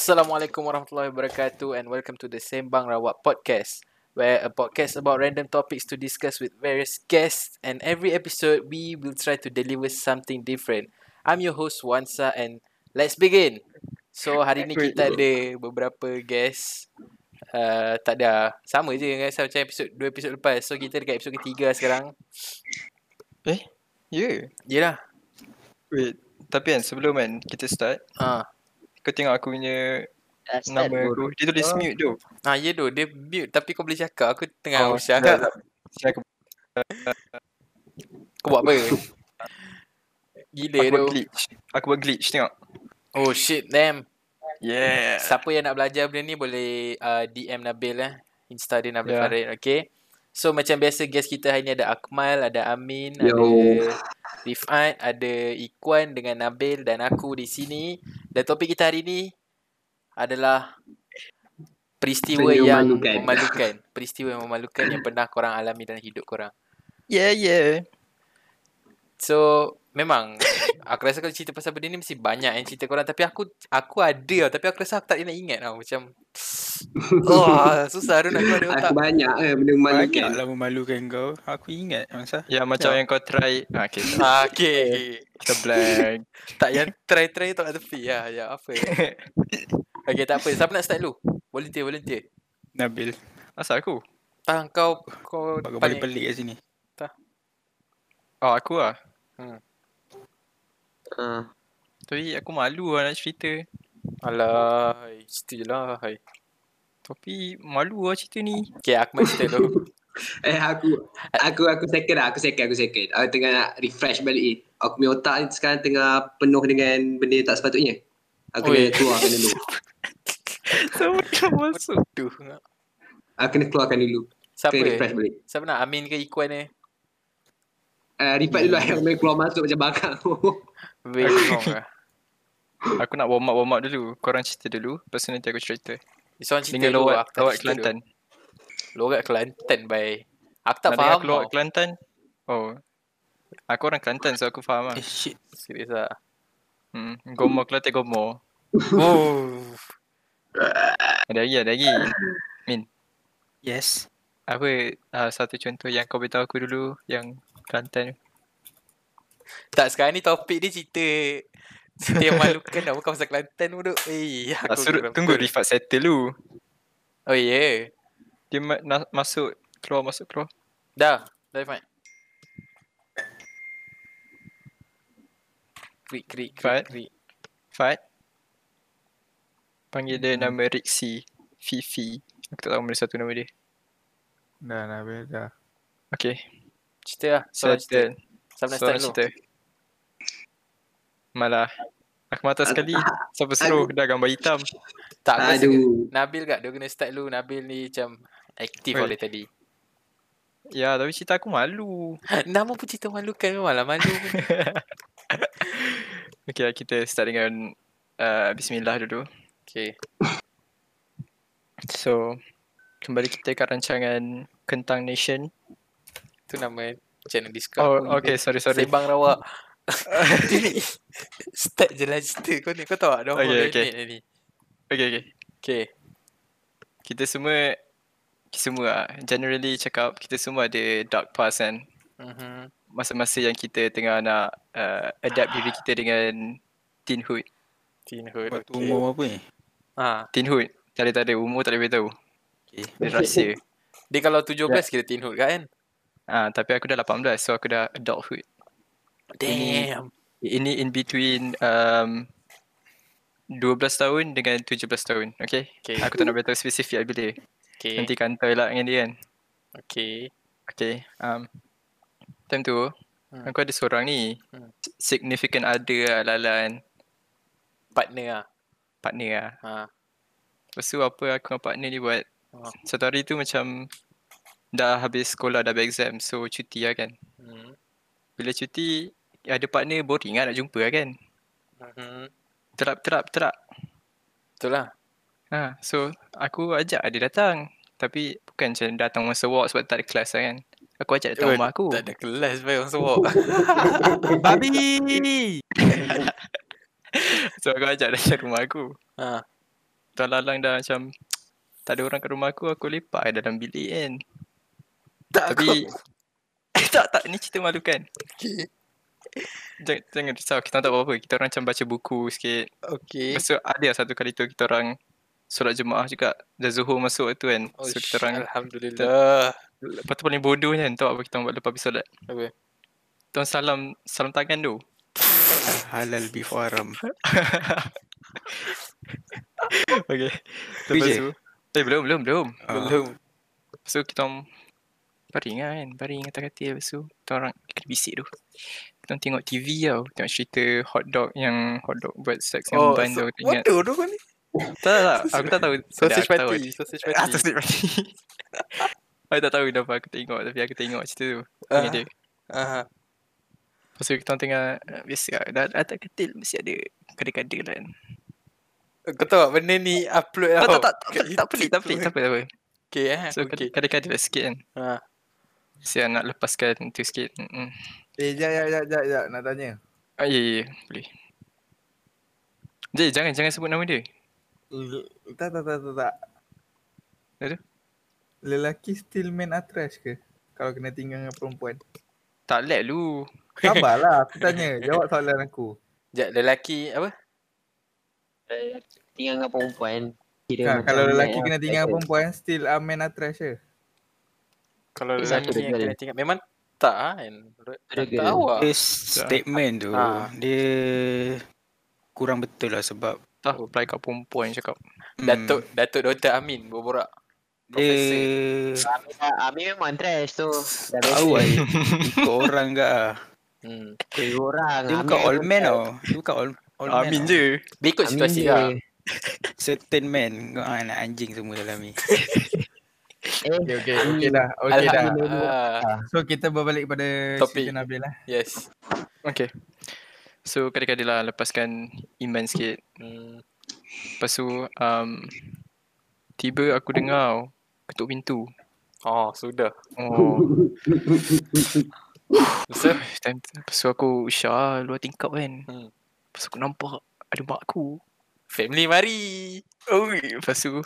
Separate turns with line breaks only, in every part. Assalamualaikum warahmatullahi wabarakatuh and welcome to the Sembang Rawat podcast where a podcast about random topics to discuss with various guests and every episode we will try to deliver something different. I'm your host Wansa and let's begin. So hari ni kita ada beberapa guest Uh, tak ada Sama je dengan saya macam episod dua episod lepas So kita dekat episod ketiga sekarang
Yeah.
Yelah
Eh, ya. Wait. Tapi kan sebelum kan kita start,
Ah,
kau tengok aku punya
Dah start
nama
bro.
aku. Dia tulis
Oh.
mute tu.
ah ya doh dia mute tapi kau boleh cakap aku tengah oh,
Oh,
usaha
tak, tak. Saya aku
Kau buat apa? Gila
aku buat
doh
glitch. Aku buat glitch tengok.
Oh shit damn
Yeah.
Siapa yang nak belajar benda ni boleh uh, DM Nabil eh. Insta dia Nabil yeah.
Ya.
Farid, okay? So macam biasa guest kita hari ni ada Akmal, ada Amin, Yo.
Yo.
ada Rifat, ada Ikwan dengan Nabil dan aku di sini. Dan topik kita hari ni adalah peristiwa
Benda
yang memalukan.
memalukan.
memalukan. Peristiwa yang memalukan yang pernah korang alami dalam hidup korang.
Yeah, yeah.
So memang aku rasa kalau cerita pasal benda ni mesti banyak yang cerita korang tapi aku aku ada tau tapi aku rasa aku tak nak ingat tau macam oh susah tu nak keluar dari otak.
Aku banyak eh benda memalukan.
Banyaklah lah memalukan kau. Aku ingat masa.
Ya macam yang kau try. Ah, okay. tak.
Ah, okay.
Kita blank.
Tak yang try-try tak tepi lah. Ya, apa. Okay, tak apa. Siapa nak start dulu? Volunteer, volunteer.
Nabil.
Asal aku?
Tang kau kau paling
Kau balik pelik kat sini.
Oh, aku lah.
Ha.
Ah,
Tapi aku malu lah nak cerita.
Alah, cerita je lah. hai.
Tapi malu lah cerita ni.
Okay, aku main cerita dulu.
Eh aku aku aku second lah, aku second aku second. Aku tengah nak refresh balik ni. Aku punya otak ni sekarang tengah penuh dengan benda yang tak sepatutnya. Aku
Oi.
kena keluarkan dulu.
Sama kau masuk.
Aduh.
Aku kena keluarkan dulu.
Siapa?
Kena refresh balik.
Siapa nak? Amin ke Ikuan ni?
Eh refresh dulu aku main keluar masuk macam bakal.
Weh, kong lah.
Aku nak warm up warm up dulu. Korang cerita dulu. Lepas tu nanti aku cerita.
Sorang cerita
Dengan
dulu. aku
lawak,
tak
lawak
cerita dulu.
Kelantan.
Logat Kelantan, baik. Aku tak
Nak dengar
faham
keluar
tau.
Kelantan. Oh. Aku orang Kelantan so aku faham lah.
Eh shit.
Serius lah.
Hmm. Gomor Kelantan Gomor.
Oh.
Ada lagi ada lagi.
Yes.
Apa uh, satu contoh yang kau beritahu aku dulu yang Kelantan.
Tak sekarang ni topik dia cerita cerita yang malukan dah bukan pasal Kelantan pun duk. Eh, aku
Aku Ah, suruh
geram.
tunggu Rifat settle dulu.
Oh ya. Yeah.
Dia ma- na- masuk keluar masuk keluar.
Dah, dah Rifat. Krik krik krik.
Rifat?
krik.
Fat. Panggil dia nama Rixi. Fifi. Aku tak tahu mana satu nama dia.
Dah Nabil dah.
Okay.
Cerita lah. Soalan cerita.
Settle.
Siapa nak start
Seorang
dulu?
cerita. Malah. Aku mata sekali. Siapa suruh dah gambar hitam.
Tak aku rasa ke-
Aduh.
Nabil kat dia kena start dulu. Nabil ni macam aktif
Oi.
oleh tadi.
Ya tapi cerita aku malu.
Nama pun cerita malukan memang lah malu pun.
Okay, kita start dengan uh, Bismillah dulu.
Okay.
So, kembali kita kat rancangan Kentang Nation.
Tu nama channel Discord.
Oh,
aku.
okay, sorry, sorry.
Sembang rawak. Dia ni start je lah cerita kau ni. Kau tahu tak? Dah
Okay,
okay,
okay.
okay. ni.
Okay, okay.
Okay.
Kita semua, kita semua lah, generally cakap kita semua ada dark past kan.
Mm-hmm.
Masa-masa yang kita tengah nak uh, adapt diri kita dengan teenhood.
Teen Hood.
Waktu
okay.
umur apa ni?
Ha.
Teenhood. Tak ada, tak ada. Umur tak boleh tahu.
Okay.
Dia rahsia.
Dia kalau 17
Ya.
yeah. kira Teen Hood kan?
Ah, tapi aku dah 18 so aku dah adulthood.
Damn.
Ini in between um, 12 tahun dengan 17 tahun. Okay?
Okay.
Aku tak nak beritahu spesifik lah bila.
Okay.
Nanti kantoi lah dengan dia kan.
Okay.
Okay. Um, time tu,
Hmm.
aku ada seorang ni.
Hmm.
Significant other lah Lala kan.
Partner lah.
Partner lah.
Ha.
Lepas tu apa aku dengan partner ni buat.
Oh.
Satu hari tu macam dah habis sekolah, dah exam. So cuti lah kan.
Hmm.
Bila cuti, ada partner boring lah nak jumpa lah kan.
Mm-hmm.
Terap, terap, terap.
Betul lah.
Ha, so aku ajak dia datang. Tapi bukan macam datang masa walk sebab tak ada kelas lah kan. Aku ajak datang
Eh,
rumah aku.
Tak ada kelas baik orang sewak.
Babi!
So aku ajak datang rumah aku.
ha.
tuan lalang dah macam tak ada orang kat rumah aku, aku lepak dalam bilik kan.
Tak
Tapi tak tak ni cerita malu kan.
Okey.
Jangan, jangan risau, kita orang tak buat apa-apa. Kita orang macam baca buku sikit.
Okey.
Lepas tu ada satu kali tu kita orang solat jemaah juga. Dah zuhur masuk tu kan.
Oh,
so kita orang
Alhamdulillah.
lepas tu paling bodohnya kan tahu apa kita orang buat lepas habis solat.
Apa?
Kita orang salam salam tangan tu.
Halal before haram.
Okey. Lepas
PJ.
tu Eh belum belum belum.
Belum.
Lepas tu kita orang Baring lah kan Baring kata-kata Lepas tu Kita orang Kena bisik tu Kita orang tengok TV tau Tengok cerita hot dog Yang hot dog buat seks Yang
Oh,
ban tu
so,
aku Ingat
bodoh tu kau ni.
Tak tak tak Aku tak tahu
Sausage
tak tahu.
party. Sausage
Ah
party.
sausage party Aku tak tahu kenapa aku tengok Tapi aku tengok cerita tu
Ah,
Ingat dia
Aha.
Lepas tu kita orang tengah ah, Biasa lah Dah atas katil Mesti ada Kada-kada lah kan
Kau tahu tak, benda ni upload
Tak
lah.
tak tak
tau.
tak- Tak pelik tak
tu.
pelik Tak apa tak apa
Okay eh.
So
okay.
kada-kada lah sikit kan
Ha.
Saya nak lepaskan tu sikit Mm-mm.
Eh, jap, jap, jap, jap, jap, nak tanya.
Ah, ya, ya, ya. Boleh. Jay, jangan jangan sebut nama dia.
L- tak, tak, tak, tak, tak.
Ada?
Lelaki still man atrash ke? Kalau kena tinggal dengan perempuan.
Tak lag lu.
Sabarlah, aku tanya. Jawab soalan aku.
Sekejap, lelaki apa?
Tinggal dengan perempuan kira
Ha,
macam
kalau
man
lelaki
lah.
kena tinggal dengan perempuan, still a man atrash ke?
Kalau
Yes,
lelaki
aku dah
yang
jual
kena tinggal. Memang tak lah kan. Tak
Ada ke?
tahu lah.
Ah,
Dia statement tu
Ah.
dia kurang betul lah sebab
Tak reply kat perempuan cakap.
hmm,
Datuk, Datuk Dr. Amin berborak. Profesor.
dia
Amin, dah- Amin memang trash tu Dah
tak tahu lah ikut orang ke ah.
Hmm.
Dia orang
Dia bukan all man tau. Dia bukan all all man.
Amin
tau.
je.
Dia ikut situasi lah.
Certain man. Kau ah, anak anjing semua dalam ni.
Eh
Okay, okay, okay dah. Okay dah. Ah.
Alhamdulillah.
Hmm. So, kita berbalik pada
Topik.
cerita Nabil lah.
ah, Yes.
Okay. So, kadang-kadang lah lepaskan iman sikit.
Hmm.
Lepas tu, um, tiba aku dengar tau, ketuk pintu.
Oh, sudah.
Oh,
So,
time tu. Lepas tu aku Syah luar tingkap kan.
Hmm.
Lepas tu aku nampak ada mak aku.
family mari.
Oi, lepas tu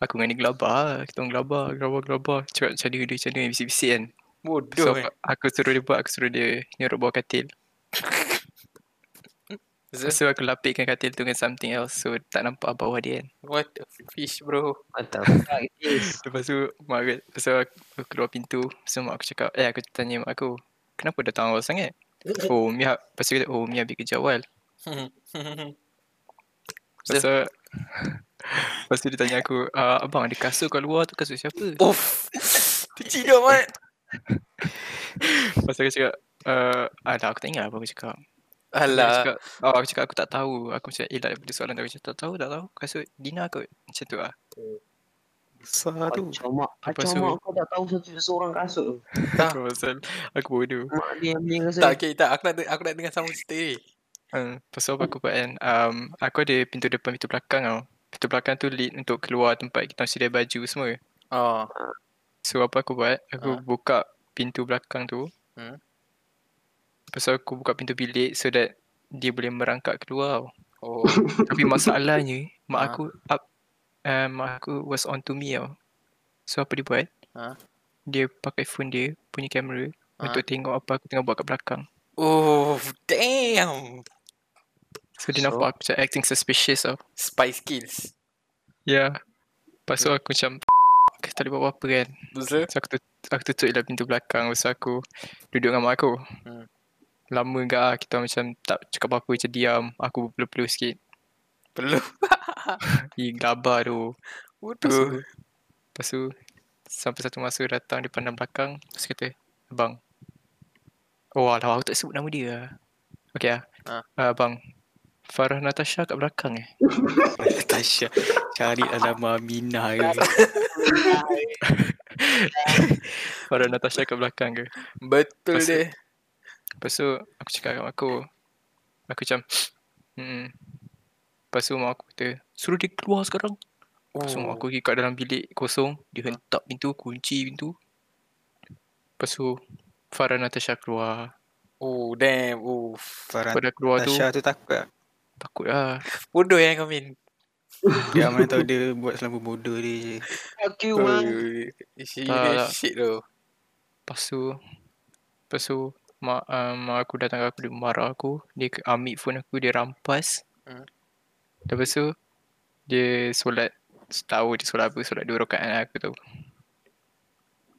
aku dengan dia gelabah. Kita orang gelabah, gelabah, gelabah. Cakap macam dia, dia macam dia, bisik-bisik kan. So,
Bodoh. eh.
aku, aku suruh dia buat, aku suruh dia nyeruk bawah katil.
So,
So aku lapikkan katil tu dengan something else So tak nampak bawah dia kan
what the fish bro?
Mantap Fuck this.
Lepas tu mak aku Lepas tu aku, aku keluar pintu Lepas tu mak aku cakap Eh aku tanya mak aku Kenapa datang awal sangat? Oh Umi ha- Lepas tu kata Oh Umi habis kerja awal Lepas tu Lepas tu dia tanya aku "Ah, Abang ada kasut kat luar tu kasut siapa?
Uff. Terciduk Oh, mat.
Lepas tu aku cakap uh, Alah aku tak ingat apa aku cakap Lepas tu Aku
Alah.
cakap Oh aku cakap aku tak tahu Aku macam elak daripada soalan tu Aku cakap tak tahu tak tahu Kasut Dina kot Macam tu lah
Besar tu.
Kacau mak Kacau
Lepas tu-
mak kau tak tahu satu seorang kasut tu
Ah.
Aku pasal Aku bodoh
Mak dia yang beli kasut
Tak, okay, tak. Aku nak, de- aku nak dengar sama cerita eh. ni.
Uh, pasal
Hmm.
apa aku buat kan um, Aku ada pintu depan pintu belakang tau Pintu belakang tu lead untuk keluar tempat kita sedia baju semua
Oh.
So apa aku buat Aku
Ah.
buka pintu belakang tu
Hmm.
Pasal aku buka pintu bilik so that Dia boleh merangkak keluar tau
Oh.
Tapi masalahnya Mak
Ah.
aku up uh, Mak aku was on to me tau So apa dia buat
Ah.
Dia pakai phone dia punya kamera
Ah.
Untuk tengok apa aku tengah buat kat belakang
Oh, damn.
So dia
So?
nampak aku macam acting suspicious tau
Spy skills.
Ya. Lepas tu aku macam aku tak boleh buat apa-apa kan.
Betul?
So aku, tut- aku tutup lah pintu belakang. Lepas tu aku duduk dengan mak aku.
Hmm.
Lama gak ah, kita macam tak cakap apa-apa macam diam. Aku berpeluh-peluh sikit.
Perlu.
Ih gabar tu. Lepas tu,
Bodoh.
lepas tu sampai satu masa datang dia pandang belakang. Lepas tu kata, abang. Oh alah aku tak sebut nama dia lah. Okay lah.
Ah.
Uh, abang. Farah Natasha kat belakang eh.
Tasha. Cari alamat Mina ke.
Farah Natasha kat belakang ke.
Betul
Pasal-
deh.
Lepas tu aku cakap dengan mak aku Aku macam hmm. Lepas tu mak aku kata Suruh dia keluar sekarang Lepas tu mak aku pergi kat dalam bilik kosong Dia hentak pintu, kunci pintu Lepas tu Farah Natasha keluar
Oh, damn. Oh.
Farah
Pada keluar tu
Tasha tu takut tak?
Takut lah
Bodoh yang eh, kau min.
Dia mana tahu dia buat selama bodoh dia je.
Fuck you
Oh,
man.
she you
Tak,
that
tak.
shit though.
Lepas tu Lepas tu mak, uh, mak aku datang ke aku Dia marah aku Dia ke- ambil phone aku Dia rampas
Hmm.
Lepas tu Dia solat Tahu dia solat apa Solat dua rakaat dengan aku tu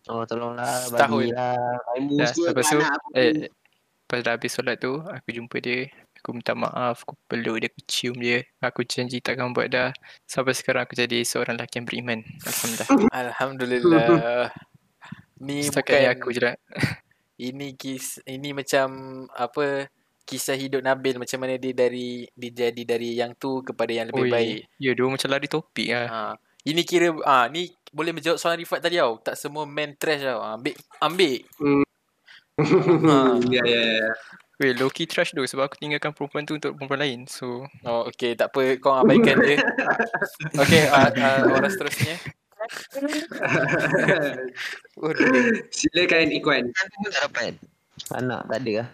Oh tolonglah lah.
Setahun.
bagilah.
Raimu
Dah,
semua
lepas tu,
beranak apa pun.
Eh, lepas dah habis solat tu, aku jumpa dia. Aku minta maaf, aku peluk dia, aku cium dia. Aku janji takkan buat dah. Sampai sekarang aku jadi seorang lelaki yang beriman. Alhamdulillah.
Alhamdulillah. Ni
Setakat ni
bukan
aku je lah.
ini kis ini macam apa kisah hidup Nabil macam mana dia dari dia jadi dari yang tu kepada yang lebih
Oi,
baik.
Ya, dua macam lari topik lah.
Ha. Ini kira ah ni boleh menjawab soalan Rifat tadi tau. Tak semua man trash tau. Ah, Ambil ambil.
Ya, ya, ya.
Weh, low-key trash tu sebab aku tinggalkan perempuan tu untuk perempuan lain. So,
Oh okey tak apa kau abaikan dia. Okey ah, ah, orang seterusnya. Oh, dia-
Silakan Ikwan.
Aku pun tak dapat. Anak tak ada lah.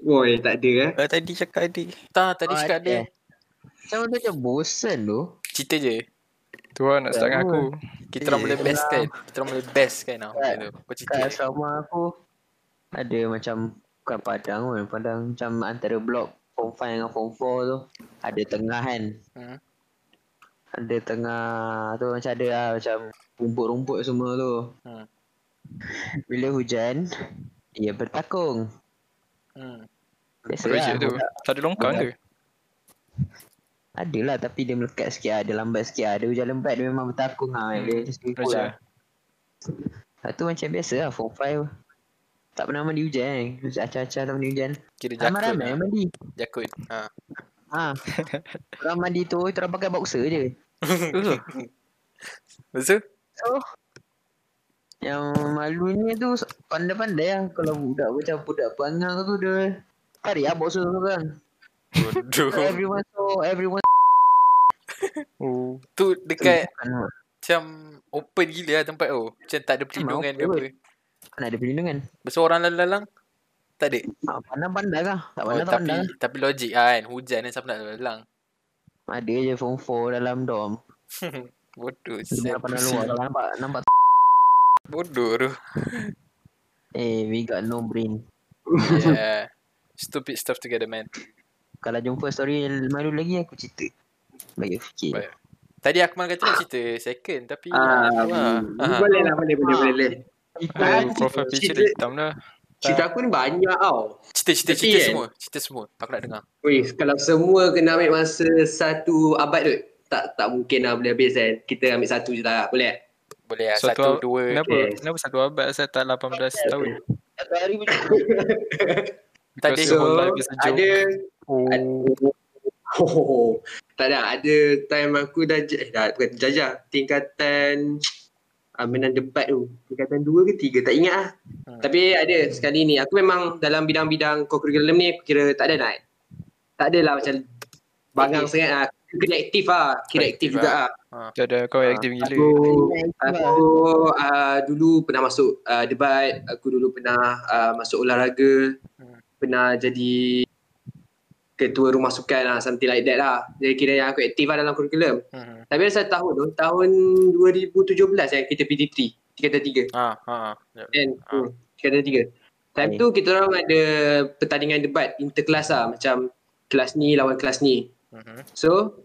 Woi, tak ada eh.
Ah, tadi cakap adik.
tak
Ah,
tadi cakap
eh.
dia
Macam tu macam bosan tu.
cerita je.
tu lah nak start dengan aku.
Kita orang boleh
Eh,
Yelah.
best kan. Kita orang boleh best kan tau.
Kat-
Gitu. Kau cerita.
Kat
Kan?
je.
asrama aku ada macam bukan padang pun. Padang macam antara blok form 5 dengan form 4 tu. Ada tengah kan.
Hmm.
Ada tengah tu macam ada lah macam rumput-rumput semua tu.
Hmm.
Bila hujan, dia bertakung. lah.
Hmm.
Projek
Biasalah.
tu. Tak ada longkang ke?
Adalah lah, tapi dia melekat sikit lah. Dia lambat sikit lah. Dia hujan lembat dia memang bertakung lah.
Hmm,
Dia macam selimpul
projek.
lah. Lepas tu macam biasa lah. Form 5 tak pernah mandi hujan eh. Acah-acah tak mandi hujan.
Kira jakut.
Ramai-ramai
lah.
yang mandi.
Jakut. Ha.
Ha. Orang mandi tu kita orang pakai boxer je.
Lepas tu?
Yang malunya tu pandai-pandai lah kalau budak macam budak Penang tu dia tarik lah boxer tu kan.
Bodoh.
Everyone so everyone
Oh,
tu dekat
kan
macam open gila lah tempat tu. Macam tak ada perlindungan ke apa.
Kan ada perlindungan.
Besar orang lalang-lalang? Tak ada.
Ha, pandai-pandai lah. Tak
Oh, tapi
pandai-pandai lah.
tapi logik lah kan. Hujan kan siapa nak lalang.
Ada je form 4 dalam dorm.
Bodoh.
Dia
sial.
pandai luar kalau nampak nampak
Bodoh tu.
eh we got no brain.
Yeah. Stupid stuff together man.
Kalau jumpa story yang malu lagi aku cerita. Bagi fikir.
Baik. Tadi Akmal kata nak cerita second tapi
Ah,
ah, tu lah. Ah.
boleh lah, boleh, boleh, boleh. boleh.
ah,
lah.
Kan?
profile picture dia
Cerita-
hitam lah. dah.
Cerita aku ni banyak tau.
Cerita cerita
Tapi
cerita
kan-
semua. Cerita semua. Aku nak dengar.
Weh, kalau semua kena ambil masa satu abad tu, tak tak mungkin lah boleh habis kan. Kita ambil satu je lah, boleh?
Boleh lah.
Satu
Satu,
ab-
dua.
Kenapa?
Okay.
Kenapa satu abad saya tak 18 tahun?
Satu hari pun
Tak
Because
ada.
your whole
So,
life is a joke.
ada
Oh.
Oh, tak ada. Ada time aku dah, j- eh, dah bukan jajah. Tingkatan ah, menang debat tu. Tingkatan dua ke tiga, tak ingat lah.
Hmm.
Tapi ada sekali ni. Aku memang dalam bidang-bidang co-curriculum ni, aku kira tak ada naik. Tak adalah macam bangang sangat lah. Kena aktif lah. Kena aktif
Aktif
juga
lah.
lah.
Tak ada kau
Ah,
aktif gila.
Aku,
Aku
aku uh, dulu pernah masuk uh, debat, aku dulu pernah uh, masuk olahraga,
Hmm.
pernah jadi ketua rumah sukan lah, something like that lah. Jadi kira yang aku aktif lah dalam kurikulum.
Hmm.
Tapi ada satu tahun tu, tahun 2017 yang kita PT3, tingkatan tiga.
Ah, ah. ah.
Kan?
Ah.
Hmm, tingkatan tiga. Time
Okay.
tu kita orang ada pertandingan debat interkelas lah, macam kelas ni lawan kelas ni.
Mhm.
So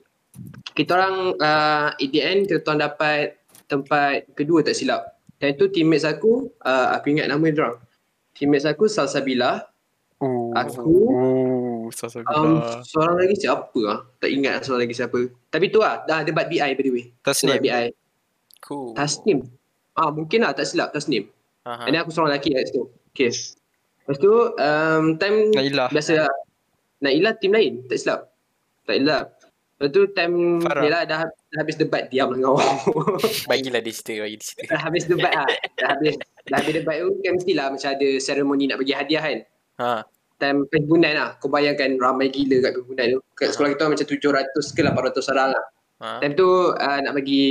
kita orang uh, at the end kita orang dapat tempat kedua tak silap. Dan tu teammates aku, uh, aku ingat nama dia orang. Teammates aku Salsabila,
Oh.
aku
Oh, sasa
um,
bila.
seorang lagi siapa ah? Tak ingat seorang lagi siapa. Tapi tu ah, dah debat BI by the way. Debat
Tasnim.
BI.
Cool.
Tasnim. Ah mungkin lah tak silap Tasnim.
Aha.
And then aku seorang lelaki kat situ. Okay. Lepas tu um, time
Nailah.
biasa lah. Naila team lain tak silap tak silap lepas tu time
Farah.
Farah. dah, dah habis debat diam lah kau
Bagilah dia cerita, bagi dia cerita.
dah habis debat lah dah habis dah habis debat tu kan mestilah macam ada seremoni nak bagi hadiah kan
Ha.
time perhimpunan lah kau bayangkan ramai gila kat perhimpunan tu kat sekolah kita macam 700 ke 800 orang lah
Ha.
time tu uh, nak bagi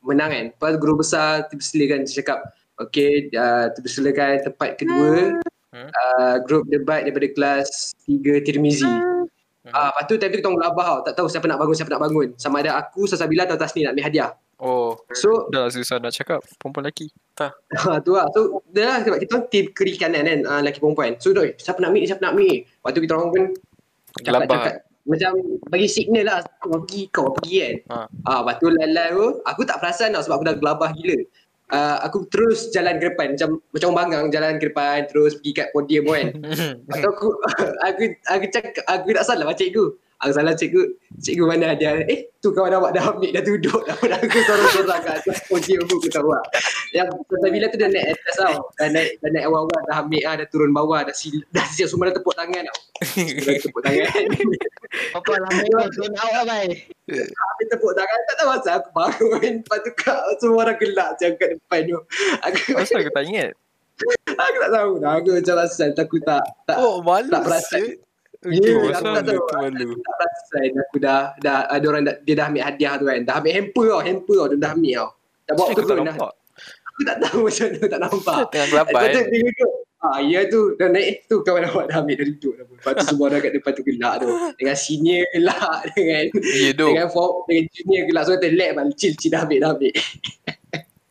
menang kan lepas tu guru besar tiba silakan dia cakap Okay, uh, tiba silakan tempat kedua ah,
Hmm.
uh, Grup debat daripada kelas 3 Tirmizi
Ha.
Ah, lepas tu time tu kita orang gelabah tau. Tak tahu siapa nak bangun, siapa nak bangun. Sama ada aku, Salsabila atau Tasni nak ambil hadiah.
Oh,
So,
Dah lah susah nak cakap perempuan lelaki.
Ha, tu lah. So, dah lah sebab kita orang tim kiri kanan kan, uh, lelaki perempuan. So, doi, siapa nak ambil ni, siapa nak ambil ni. Lepas tu kita orang pun cakap-cakap.
gelabah.
Macam bagi signal lah, kau pergi, kau pergi kan.
Ha.
Ha. ha lepas tu lalai tu, aku tak perasan tau sebab aku dah gelabah gila. Uh, aku terus jalan ke depan macam macam orang bangang jalan ke depan terus pergi kat podium kan. Lepas tu aku aku aku cakap aku tak salah macam cikgu. Aku salah cikgu. Cikgu mana dia? Eh, tu kawan awak dah ambil dah duduk dah pun aku sorang-sorang kat atas podium tu aku tahu lah. Yang bila tu dah naik atas tau. Dah naik dah naik awal-awal dah ambil ah dah turun bawah dah sil dah siap semua dah tepuk tangan tau. Semua dah tepuk tangan.
Papa lama kau turn out lah bye.
Habis tepuk tangan tak tahu asal aku bangun. Lepas tu kak semua orang gelak macam kat depan tu. Aku
Asal aku tak ingat?
aku tak tahu dah aku macam asal aku tak tak
Oh, malu
tak perasan.
siut.
Ya,
Oh,
aku
asal
tak
dia
tahu.
tu malu.
tak perasan aku dah dah ada orang dah, dia dah ambil hadiah tu kan. Dah ambil hamper tau, hamper tau dia dah ambil tau. Dah bawa
Aku
turun
tak
dah.
nampak.
Aku tak tahu macam mana tak nampak.
Tengah
Lepas
gelabah
tu
eh.
dia duduk. Ah, ya tu dah naik eh, tu kawan awak dah ambil dah duduk dah pun. Lepas tu semua orang kat depan tu gelak tu. Dengan senior gelak dengan
Ya, doh.
dengan form dengan junior gelak so kita lag balik chill chill dah ambil dah ambil.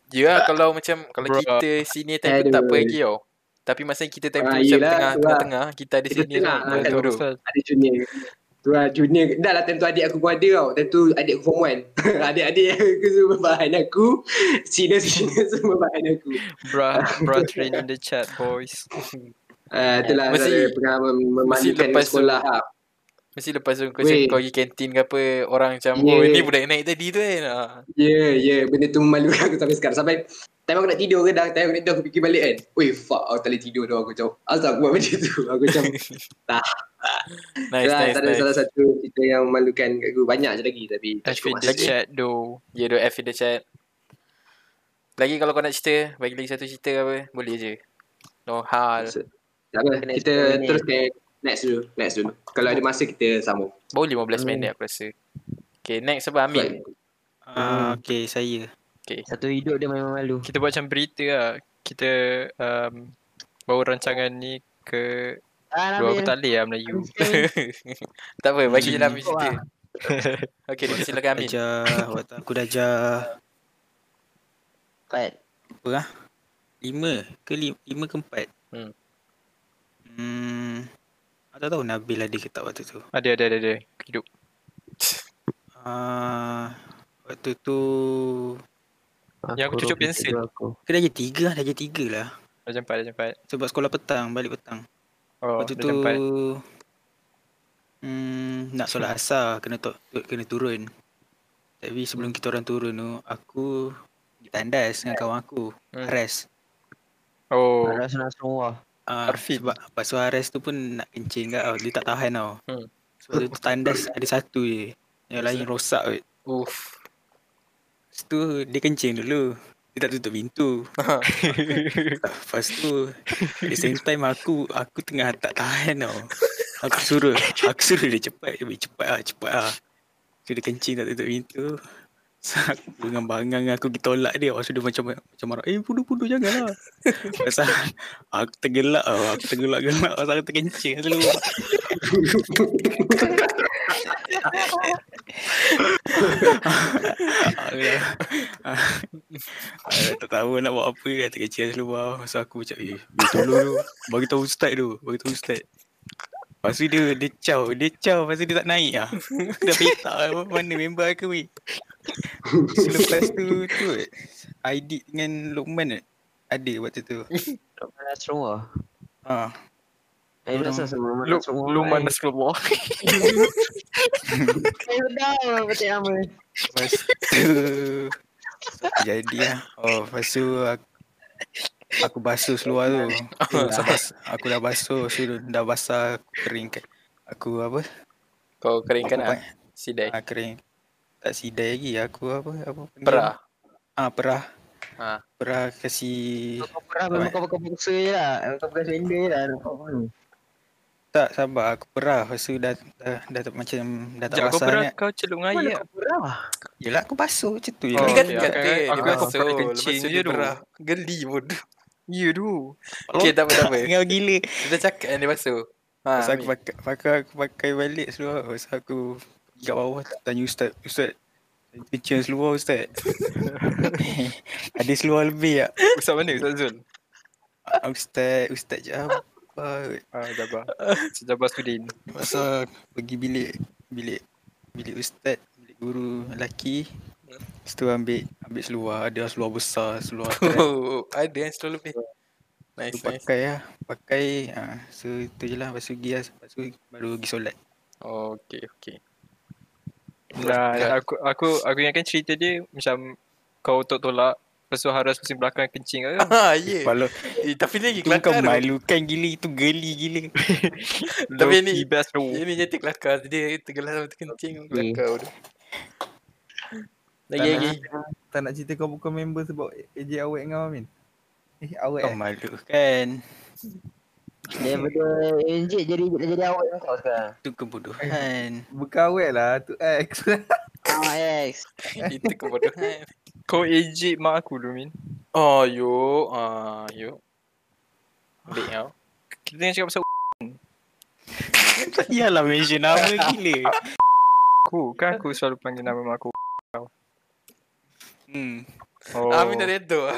Ya lah kalau macam kalau
Bro.
kita senior time tu tak apa
Aduh.
lagi tau. Tapi masa kita time tu
Ah,
macam
yelah,
tengah
tu lah.
tengah, tengah kita ada
Kita
senior
tengah,
tau.
ah,
Betul,
Tahu
betul.
pasal.
Ada junior. Tu lah junior. Dah lah time tu adik aku pun ada tau. Time tu adik aku form 1. Adik-adik aku semua bahan aku. Senior-senior semua bahan aku.
Bra, bra train in the chat boys.
Uh, itulah
Mesti-
mesti, pengalaman memalukan
lepas
lepas sekolah lah.
Mesti lepas tu kau cakap
Weh.
kau pergi kantin ke apa orang macam
Yeah.
oh ni budak naik tadi tu kan. Ah.
Ya, yeah, ya. Yeah. Benda tu memalukan aku sampai sekarang. Sampai time aku nak tidur ke dah, time aku nak tidur aku fikir balik kan. Weh, fuck, aku tak boleh tidur tu. Aku macam, asal aku buat macam tu. Aku macam,
Nice
dah,
nice
tak ada salah
nice.
satu cerita yang memalukan kat aku. Banyak je lagi tapi tak
F in
cukup
the
masa.
chat though.
Ya doh F in the chat. Lagi kalau kau nak cerita, bagi lagi satu cerita ke apa, boleh je. No hal.
So, Tak apa,
Kena
kita
explore ni.
terus ke next dulu. Next dulu. Kalau ada masa kita sambung.
Baru 15 minit aku rasa. Okay, next apa Amin?
Right.
Ah,
Hmm.
okay, saya.
Satu hidup dia memang malu.
Kita buat macam berita lah. Kita um, bawa rancangan ni ke
Ah,
Bro, aku tak boleh lah Melayu.
tak apa, bagi je lah Amin
Kau
cerita. Okay, silakan Amin.
Dajah, watak aku dajah.
Empat.
Lima ke lima, lima ke empat?
Hmm.
Hmm. Aku tak tahu Nabil ada ke tak waktu tu.
Ada, ada, ada, ada. Aku Hidup.
Ah, waktu tu
Yang aku cucuk pensel.
Aku.
ke darjah tiga lah, darjah tiga lah.
Dah jam 4, dah jam 4.
Sebab sekolah petang, balik petang.
Oh,
waktu
dah
tu
jam 4.
hmm, nak solat asar, kena to- kena turun. Tapi sebelum kita orang turun tu, aku ditandas dengan kawan aku,
Hmm.
Haras.
Oh,
Rasa nak semua.
Ah,
Arfin.
sebab pasal Haras tu pun nak kencing kat tau. Dia tak tahan tau.
Hmm.
Sebab dia tu tandas ada satu je. Yang lain rosak kot.
Uff.
Lepas tu dia kencing dulu. Dia tak tutup pintu. Lepas tu at the same time aku aku tengah tak tahan tau. Aku suruh aku suruh dia cepat, dia bagi cepat ah, cepat ah. So dia kencing tak tutup pintu. So, aku dengan bangang aku pergi tolak dia Lepas tu dia macam Macam marah Eh pudu-pudu janganlah Pasal Aku tergelak tau Aku tergelak-gelak Pasal aku terkencing Selalu Alah. Alah, tak tahu nak buat apa kan terkecil seluar. So aku macam eh eh, tolong tu. Bagi tahu ustaz tu, bagi tahu ustaz. Lepas tu dia dia caw, dia caw pasal dia tak naik ah. Aku dah petak lah, mana member aku weh. So, lepas tu tu Aidit dengan Lokman eh, ada waktu tu.
Mana semua.
Ha.
Eh, rasa semua mana
Lu,
semua.
lu mana Rasulullah.
Saya dah betul lah nama.
Lepas tu Jadi lah Oh lepas tu aku, aku basuh seluar tu Lepas- Aku dah basuh so, Dah basah Aku keringkan Aku apa
Kau keringkan
Aku
ah. Sidai.
ah, Kering Tak sidai lagi Aku apa apa benda
Perah.
tu? Ah perah
Ah.
Perah kasih
Kau pernah memang kau pakai bangsa je lah. Kau pakai sender je lah. Kau pun.
Tak sabar Aku perah Lepas tu dah Dah, dah, tak- macam Dah tak
Sekejap kau
basah
pernah
sangat
kau celup dengan
Mana
air
kau pernah?
Yelah aku basuh macam tu
Dia
Oh,
je lah.
kan
okay,
kata dia
okay. Aku- aku
basuh,
pernah
lepas tu
kencing je
dia
dulu.
berah. Geli pun
Ya tu.
Okay tak apa tak apa
Tengah gila
Dia dah cakap yang dia basuh Ha,
Pasal aku
Amir.
pakai, pakai, aku pakai balik seluar Pasal aku pergi kat bawah tanya ustaz Ustaz saya Kencing seluar ustaz Ada seluar lebih tak?
Ustaz mana Ustaz Zul?
Ah, Ustaz, ustaz je apa
Ah, Jabar. Ustaz Jabar Sudin.
Pasal pergi bilik Bilik Bilik ustaz Bilik guru lelaki Lepas tu ambil Ambil seluar Ada seluar besar Seluar tu
Oh, ada yang selalu lebih. Nice, nice.
pakai lah Pakai ha. So tu je lah Lepas tu pergi lah Lepas tu baru pergi solat
Oh, okay, okay. Nah, aku aku aku ingatkan cerita dia macam kau tolak-tolak Lepas tu haras pusing belakang kencing ke
Ha, ye.
Kalau
Eh, tapi lagi
tu Ah, kau
kelakar. tu.
malukan gila Itu geli gila
Tapi
Low
ni-
key best tu
Dia ni jadi kelakar. Dia tergelas sama terkencing. Kelakar tu. Lagi, lagi.
Tak nak cerita- Tak nak cerita kau bukan member sebab AJ awet dengan Amin. Eh awet
Kau
eh.
malukan
Daripada Enjit jadi jadi awak dengan kau sekarang
Itu kebodohan
Bukan awet lah tu ex.
Ah ex
Itu kebodohan.
Kau ejek mak aku dulu Min
Oh, yo. Ah, yo. Baik kau.
Kita tengah cakap pasal
Kan. Yalah mention nama gila
aku Kan aku selalu panggil nama mak aku
Hmm
Oh
Amin dah redo.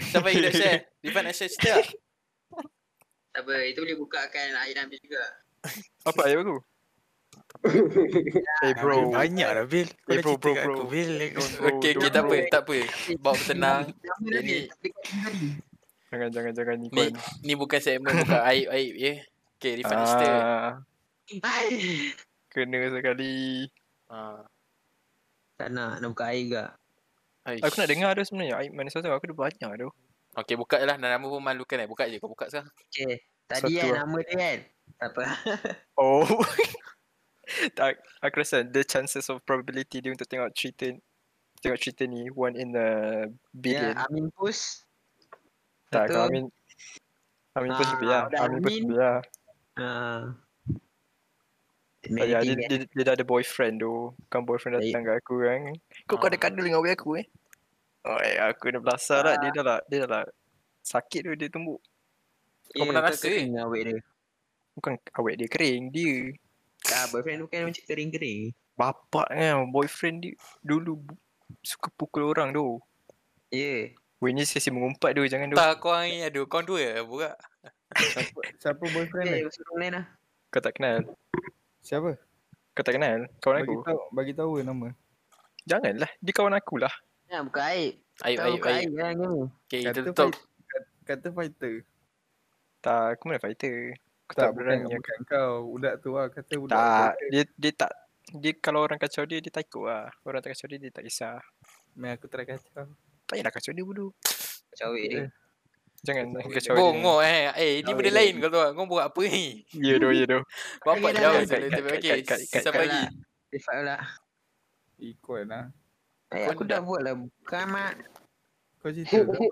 Siapa yang nak share? Rifan nak share cerita tak?
Tak apa itu boleh bukakan ayat Nabi juga
Oh, Apa ayat aku? Eh
Bro
bro
Banyak lah Bil Kau
Eh,
dah
bro,
cerita
bro,
kat
bro.
aku Bil "Oh,
Okay, okay, tak apa, tak apa. Bawa bertenang.
Nama
Dia ni-
Jangan jangan jangan ni
Ni,
kau
ni bukan segmen bukan aib-aib ya. Okay, Rifan nak cerita.
Ah,
Ai.
Kena sekali
Ah.
Tak nak nak buka air juga
Aish.
Aku nak dengar ada sebenarnya Aib mana satu Aku ada banyak tu
Okay, buka je lah. Nama pun malukan eh. Buka je. Kau buka sekarang.
Okay Tadi
Satu
kan
lah.
nama dia kan Tak apa
Oh tak, Aku rasa the chances of probability dia untuk tengok cerita Tengok cerita ni One in a
Ya
billion
Amin push
Tak
betul.
kau Amin Amin pun
Ah,
lebih lah
dah
Amin pun
Amin.
lebih lah
Ah. kan?
Tak payah, dia,
Mediting
dia, dia dah ada boyfriend tu. Kan boyfriend
Baik.
datang kat aku kan. Kau kau ada kadal dengan wei aku eh. Oh, eh, aku dah belasah lah. Dia dah lah, dia dah lah. Sakit tu dia tumbuk.
Kau pernah rasa eh?
Dengan awet dia
Bukan awet dia kering, dia.
Tak boyfriend bukan macam kering-kering
Bapak kan, boyfriend dia dulu bu- suka pukul orang tu.
Ya yeah.
Wei ni sesi mengumpat tu, jangan tu.
Tak, kau orang ni ada. Kau dua ke buka?
Siapa, siapa boyfriend
Boleh
Eh,
dia?
masuk orang lain lah
Kau tak kenal.
Siapa?
Kau tak kenal kawan
Bagi
aku.
tahu bagi tahu eh nama.
Janganlah, dia kawan aku lah.
Ya buka air
Aib,
Tak
aib,
buka air
aib.
kan kamu
Eh,
Okay, kita
Kata
tutup.
fight- kat- kata fighter.
Tak, aku mana fighter. Aku tak,
Tak,
tak
bukan,
berani. aku. lah.
bukan kau. Budak tu lah. Kata budak
Tak,
fighter.
dia dia tak dia kalau orang kacau dia dia tak ikut lah. Orang tak kacau dia dia tak kisah.
Meh aku try kacau.
Tak payahlah kacau dia bodoh.
Cawik dia
Jangan
Kacau
kacau dia.
Bongok eh. Eh, ni
Sorry,
benda
dia.
lain kau tahu. tak? Kau buat apa ni?
Ya doh, ya doh.
Bapak
Okey, dah,
jauh
dah,
sekali.
dah, dah,
Okay,
dah, dah, dah,
siapa
dah,
lagi?
dah. Sifat pula
Ikut lah.
Eh
Kau
aku
dah-
dah buat lah Bukan mak
Kau cerita tu.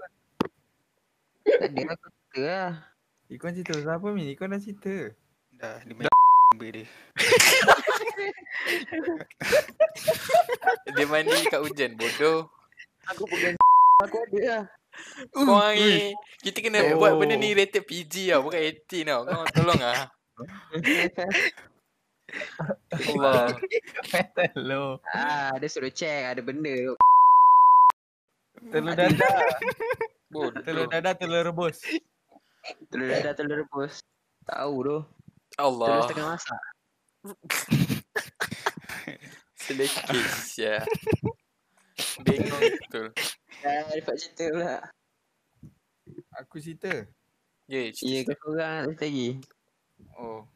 Tak ada aku cerita lah
Ikon cerita pasal apa Min? Ikon dah cerita.
Dah Dia main number dia
Dia mandi kat hujan. Bodoh.
Aku pegang Aku ada lah
Kau orang ni. Kita kena
Oh.
buat benda ni rated PG tau. Bukan 18 tau. Kau tolong lah. Allah.
Hello.
Ah, dia suruh check ada benda tu.
Telur dadah.
Bodoh.
Telur dadah, telur rebus.
Telur dadah, telur rebus. Tahu tu. Telur
Allah.
setengah masak.
Selekis ya. Bengong betul.
Dah dapat cerita pula.
Aku cerita.
Ye,
Ya,
yeah,
kau korang nak cerita lagi.
Oh.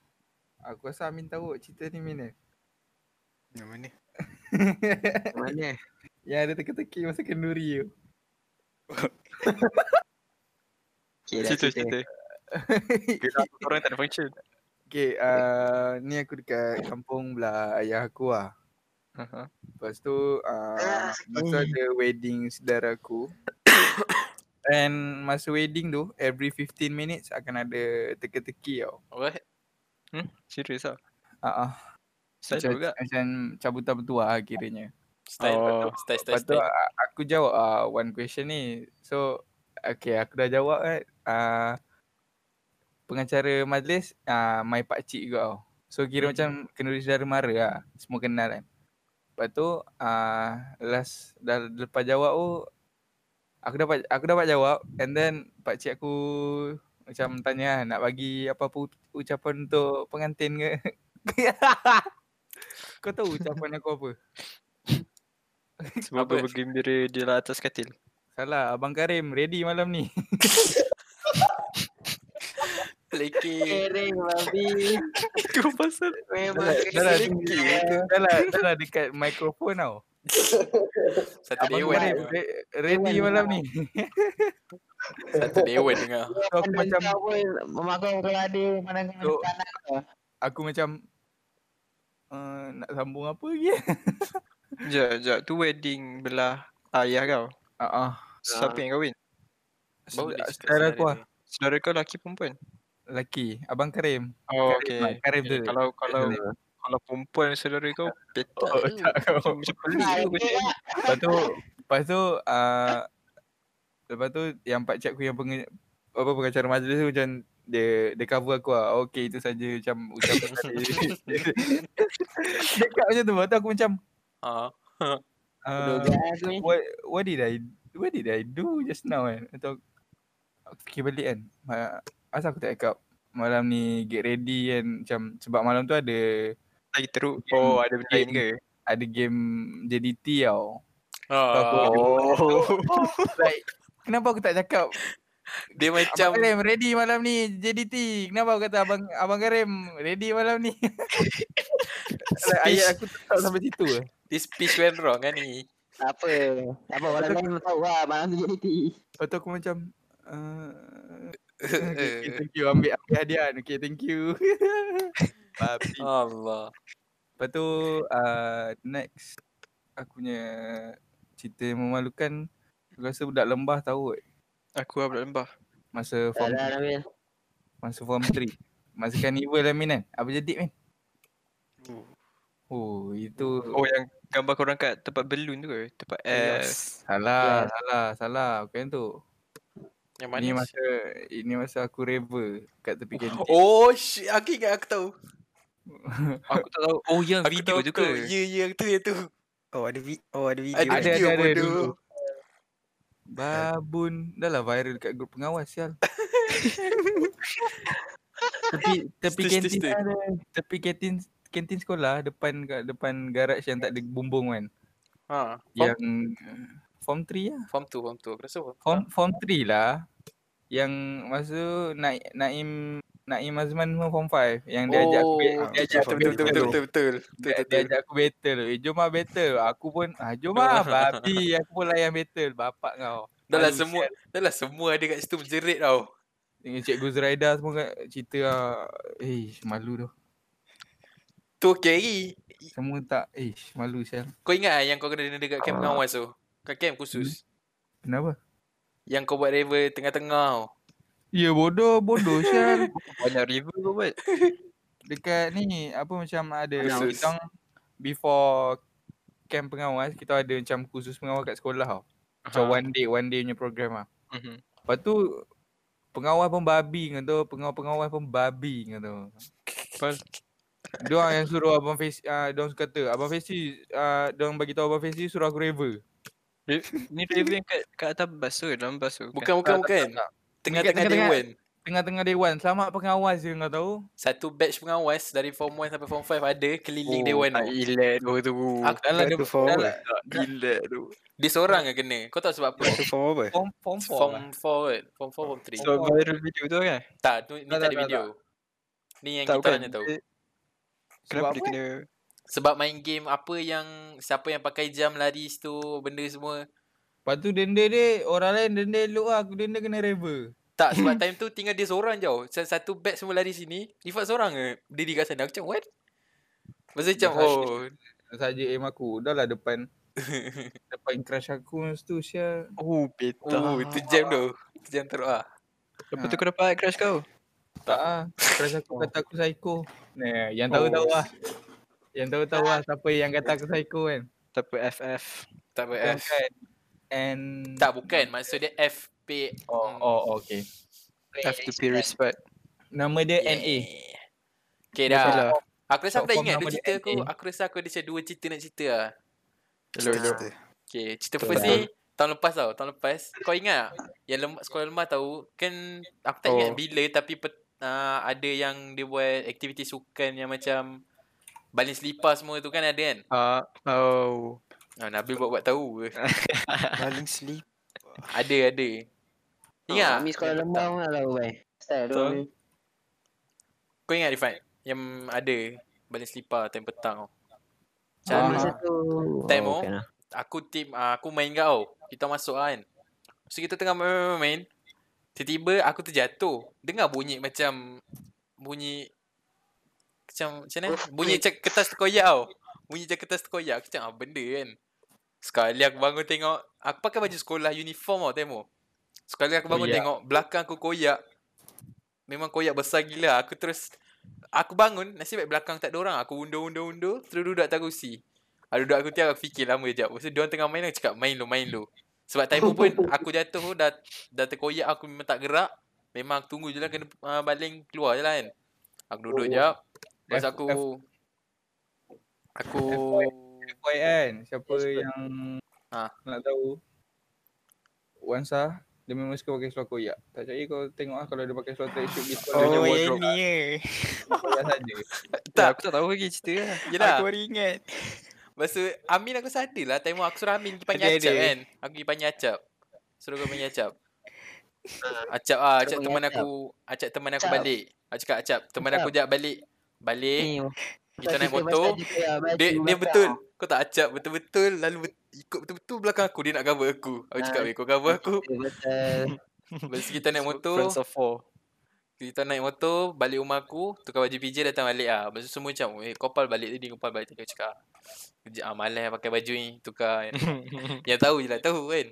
Aku rasa Amin tahu cerita ni Min eh.
Yang mana
Yang Mana?
Yang ada Ya, teka-teki masa kenduri tu.
Okay, dah
Cerita
cerita.
cerita. Kira aku orang tak ada function.
Okay, uh, ni aku dekat kampung belah ayah aku lah.
Aha.
Lepas tu, uh,
Ah,
lepas tu ada wedding saudara aku. And masa wedding tu, every 15 minutes akan ada teka-teki tau.
what?
Hmm? Serius ah.
Uh, uh,
Saya
macam,
juga.
macam cabutan bertuah lah kiranya.
Style,
Oh.
style, style,
Lepas tu
style.
a- aku jawab uh, one question ni. So okay aku dah jawab kan. Uh, pengacara majlis uh, my pakcik juga tau. So kira macam kena saudara mara lah. Semua kenal kan. Lepas tu uh, last dah lepas jawab tu aku dapat aku dapat jawab and then pakcik aku macam tanya lah, nak bagi apa-apa u- ucapan untuk pengantin ke. Kau tahu ucapan aku apa?
Sebab
Apa?
bergembira di dalam atas katil.
Salah, Abang Karim ready malam ni.
Pelekeh.
Kering babi.
Itu pasal
Memang
Dah lah, dah lah, dah lah dekat mikrofon tau.
Satu
Abang
dewan.
Karim
dengar.
re- ready malam ni.
Satu dewan dengar.
So aku macam
Mak kau kalau ada pandang
So-
kanan
aku macam uh, nak sambung apa lagi?
Sekejap, sekejap. Tu wedding belah ayah kau.
Ha ah.
Siapa yang kahwin?
Baru
Sed-
discuss
Saudara
hari
aku
ah.
lah.
ni.
Saudara kau lelaki perempuan?
Lelaki, Abang Karim.
Oh,
Karim,
okay.
Abang Karim tu.
Kalau kalau kalau perempuan saudara kau petak
Oh,
tu.
tak kau.
Macam macam pelik tu kau cakap.
Lepas tu, lepas tu uh, lepas tu yang pak cik aku yang penge, apa pengacara majlis tu macam dia dia cover aku lah. Okay, itu saja macam ucapan tadi. dia cakap macam tu, lepas tu aku macam
Ah.
uh, what, what did I what did I do just now kan? Atau aku fikir balik kan. Ma- Asal aku tak cakap malam ni get ready kan macam sebab malam tu ada
Lagi teruk. Oh, ada benda lain ke?
ada game JDT tau.
Ah.
Oh.
Like kenapa aku tak cakap
Dia macam
Abang Karim ready malam ni JDT. Kenapa aku kata abang abang Karim ready malam ni? like, ayat aku tak sampai situ lah.
this speech went wrong kan ni.
Tak apa. Tak apa orang lain tahu lah malam tu jadi.
Lepas tu aku macam uh, okay, thank you ambil, ambil hadiah. kan? Okay, thank you. Babi.
Allah.
Lepas tu uh, next aku punya cerita yang memalukan aku rasa budak lembah tahu kot
Aku lah budak lembah.
masa
Tak
form
ada Ramil.
masa form 3 masa carnival lah Min kan apa jadi Min oh itu
Oh, yang gambar korang kat tempat balloon tu ke? Tempat air.
salah salah salah bukan tu
Yang
ini
mana?
masa ini masa aku reva kat tepi kantin
Oh shit, aku ingat aku tahu.
Aku tak tahu. Oh, yang
Aku
video
tahu
tu
tu.
ke?
Ya, ya, yang tu, yang tu.
Oh ada vi- oh ada video.
Ada
ada
video
ada ada
bodoh.
dulu babun dah lah viral kat grup pengawas sial tepi tepi
Stu, stu,
kantin
stu.
ada tepi kantin kantin sekolah depan kat depan garaj yang tak ada bumbung kan
Ha. Form,
yang form 3 lah.
form tu, form tu. Aku rasa form.
Form form 3 lah. Yang masa tu Naim Naim Naim Azman semua form 5 yang dia ajak aku
Oh,
dia ajak aku
betul, betul, betul,
battle.
betul, betul, betul,
Dia, dia
betul.
ajak aku battle. Eh jom ah battle. Aku pun ah jom ah babi aku pun layan battle bapak kau.
Dah lah
Malu
semua,
sial.
dah lah semua ada kat situ menjerit tau.
dengan Cikgu Zuraida semua kat cerita lah. Eh malu tu.
Tu carry.
Semua tak eh malu sial.
Kau ingat ah yang kau kena denda dekat camp pengawas tu? Kat camp khusus.
Hmm. Kenapa?
Yang kau buat rever tengah-tengah tau.
Ya bodoh bodoh sial.
Banyak river kau buat.
dekat ni apa macam ada
Khusus.
kita orang before camp pengawas kita ada macam khusus pengawas kat sekolah tau. Macam
Aha.
one day one day punya program ah.
Mhm.
Lepas tu pengawas pun babi kau tu, pengawas-pengawas pun babi kau tu.
Pal.
Dia orang yang suruh abang Fesi ah uh, dia orang suka kata abang Fesi ah uh, dia orang bagi tahu abang Fesi suruh aku rever.
Re- Ni river yang kat kat atas bas tu ke? Dalam bas tu.
Bukan, bukan,
kan?
bukan. Tengah-tengah
Tengah-tengah.
dewan.
Tengah-tengah dewan selamat pengawas je kau tahu.
Satu batch pengawas dari form 1 sampai form 5 ada keliling
Oh,
dewan
tak
tau.
Ilat tu tu.
Aku dalam dia dalam
Ilat tu.
Dia seorang yang kena. Kau tahu sebab apa?
Itu form apa?
form form lah. form.
Form 4 kan? Form 4, form 3.
So viral video tu kan?
Tak, tu, ni
Tak,
tak ada
tak, tak,
video. Ni yang
Tak
kita
bukan. Eh,
hanya tahu.
Dia- Kenapa
Sebab
dia
apa?
kena
Sebab main game apa yang siapa yang pakai jam lari situ benda semua.
Lepas tu denda dia orang lain denda elok lah aku denda kena rever.
Tak sebab time tu tinggal dia seorang jauh. Satu batch semua lari sini, Rifat seorang ke diri kat sana. Aku macam what? Masa macam
Dah
oh
saja aim aku. Dah lah depan depan crush aku masa tu Syah.
Oh beta
oh tu jam tu. Tu jam teruk ah.
Lepas tu Oh. kau dapat crush kau
Tak ah. Crush aku kata aku psycho. Nah, yang tahu
Oh.
tahu lah. Yang tahu tahu lah siapa yang kata aku psycho kan.
Tak apa FF
Tak apa.
Kan,
F.
kan. And
Tak bukan. Maksud dia F P
oh, oh okay.
Eh, F to be respect
Nama dia
Ya.
NA.
Okay
Dia
dah.
lah?
salah.
Aku rasa aku dah
Short form
ingat
nama
tu
dia
cerita aku.
NA.
Aku rasa aku ada macam dua cerita nak cerita lah.
Elok elok.
Okay, cerita
Betul
first
lah.
ni tahun lepas tau, tahun lepas. Kau ingat tak? Yang lemah, sekolah lemah tahu kan aku tak ingat
Oh.
bila tapi pet, uh, ada yang dia buat aktiviti sukan yang macam baling selipar semua tu kan ada kan?
Ah, oh.
Oh, Nabil buat-buat tahu ke?
Baling sleep.
ada, ada. Ingat?
Kami Oh, sekolah
Yang
lembang lah tau bai. Style tu.
Betul.
petang. Kau ingat Rifat? Yang ada baling selipar time petang tau. Macam
Ah.
mana?
Masa tu.
Time
oh,
oh.
bukan lah.
aku tim uh, aku main kau. Kita masuk lah kan. So kita tengah main main, main, main. Tiba-tiba aku terjatuh. Dengar bunyi macam bunyi macam macam mana? Bunyi macam kertas terkoyak tau. Bunyi macam kertas terkoyak. Aku macam ah, benda kan. Sekali aku bangun tengok Aku pakai baju sekolah uniform tau Temo Sekali aku bangun
Koyak.
tengok Belakang aku koyak Memang koyak besar gila Aku terus Aku bangun Nasib baik belakang tak ada orang Aku undur-undur-undur Terus duduk atas kursi Aku duduk aku tiap Aku fikir lama sekejap Lepas tu diorang tengah main Aku cakap main lu main lu Sebab time pun Aku jatuh pun Dah, dah terkoyak Aku memang tak gerak Memang aku tunggu je lah Kena uh, baling keluar je lah kan Aku duduk sekejap Lepas tu
Oh. F-
aku
F-
Aku
FYI kan Siapa yang
Ah.
Nak tahu Wan Sah Dia memang suka pakai seluar koyak Tak cari kau tengok lah Kalau dia pakai seluar track shoot Dia
Oh,
seluar dia macam
yang
wardrobe
ni ya.
eh.
lah, koyak saja
Tak, Ya, aku tak tahu lagi cerita lah.
Yelah.
Aku baru ingat.
Lepas tu Amin aku sadar lah Time aku suruh Amin pergi panggil
Ada,
Acap
ada.
kan Aku pergi panggil Acap Suruh kau panggil Acap Acap ah, Acap
Suruh
teman
panggil
aku Acap teman aku
Acap.
balik Aku cakap Acap teman
Acap.
aku jap balik Balik
Ni,
Kita
masa
naik
kita
motor
pasal kita, ah, baju
Dia, dia
belakang.
betul Kau tak Acap betul-betul Lalu bet- ikut betul-betul belakang aku Dia nak cover aku Aku cakap
Ah.
"Weh, kau cover aku
Dia Pasal
Lepas tu kita naik motor
Friends of four.
Kita naik motor Balik rumah aku Tukar baju PJ datang balik lah Lepas tu semua macam Eh kopal balik tadi Kopal balik tadi Aku cakap "Kejap ah, malas pakai baju ni Tukar Yang tahu je lah tahu kan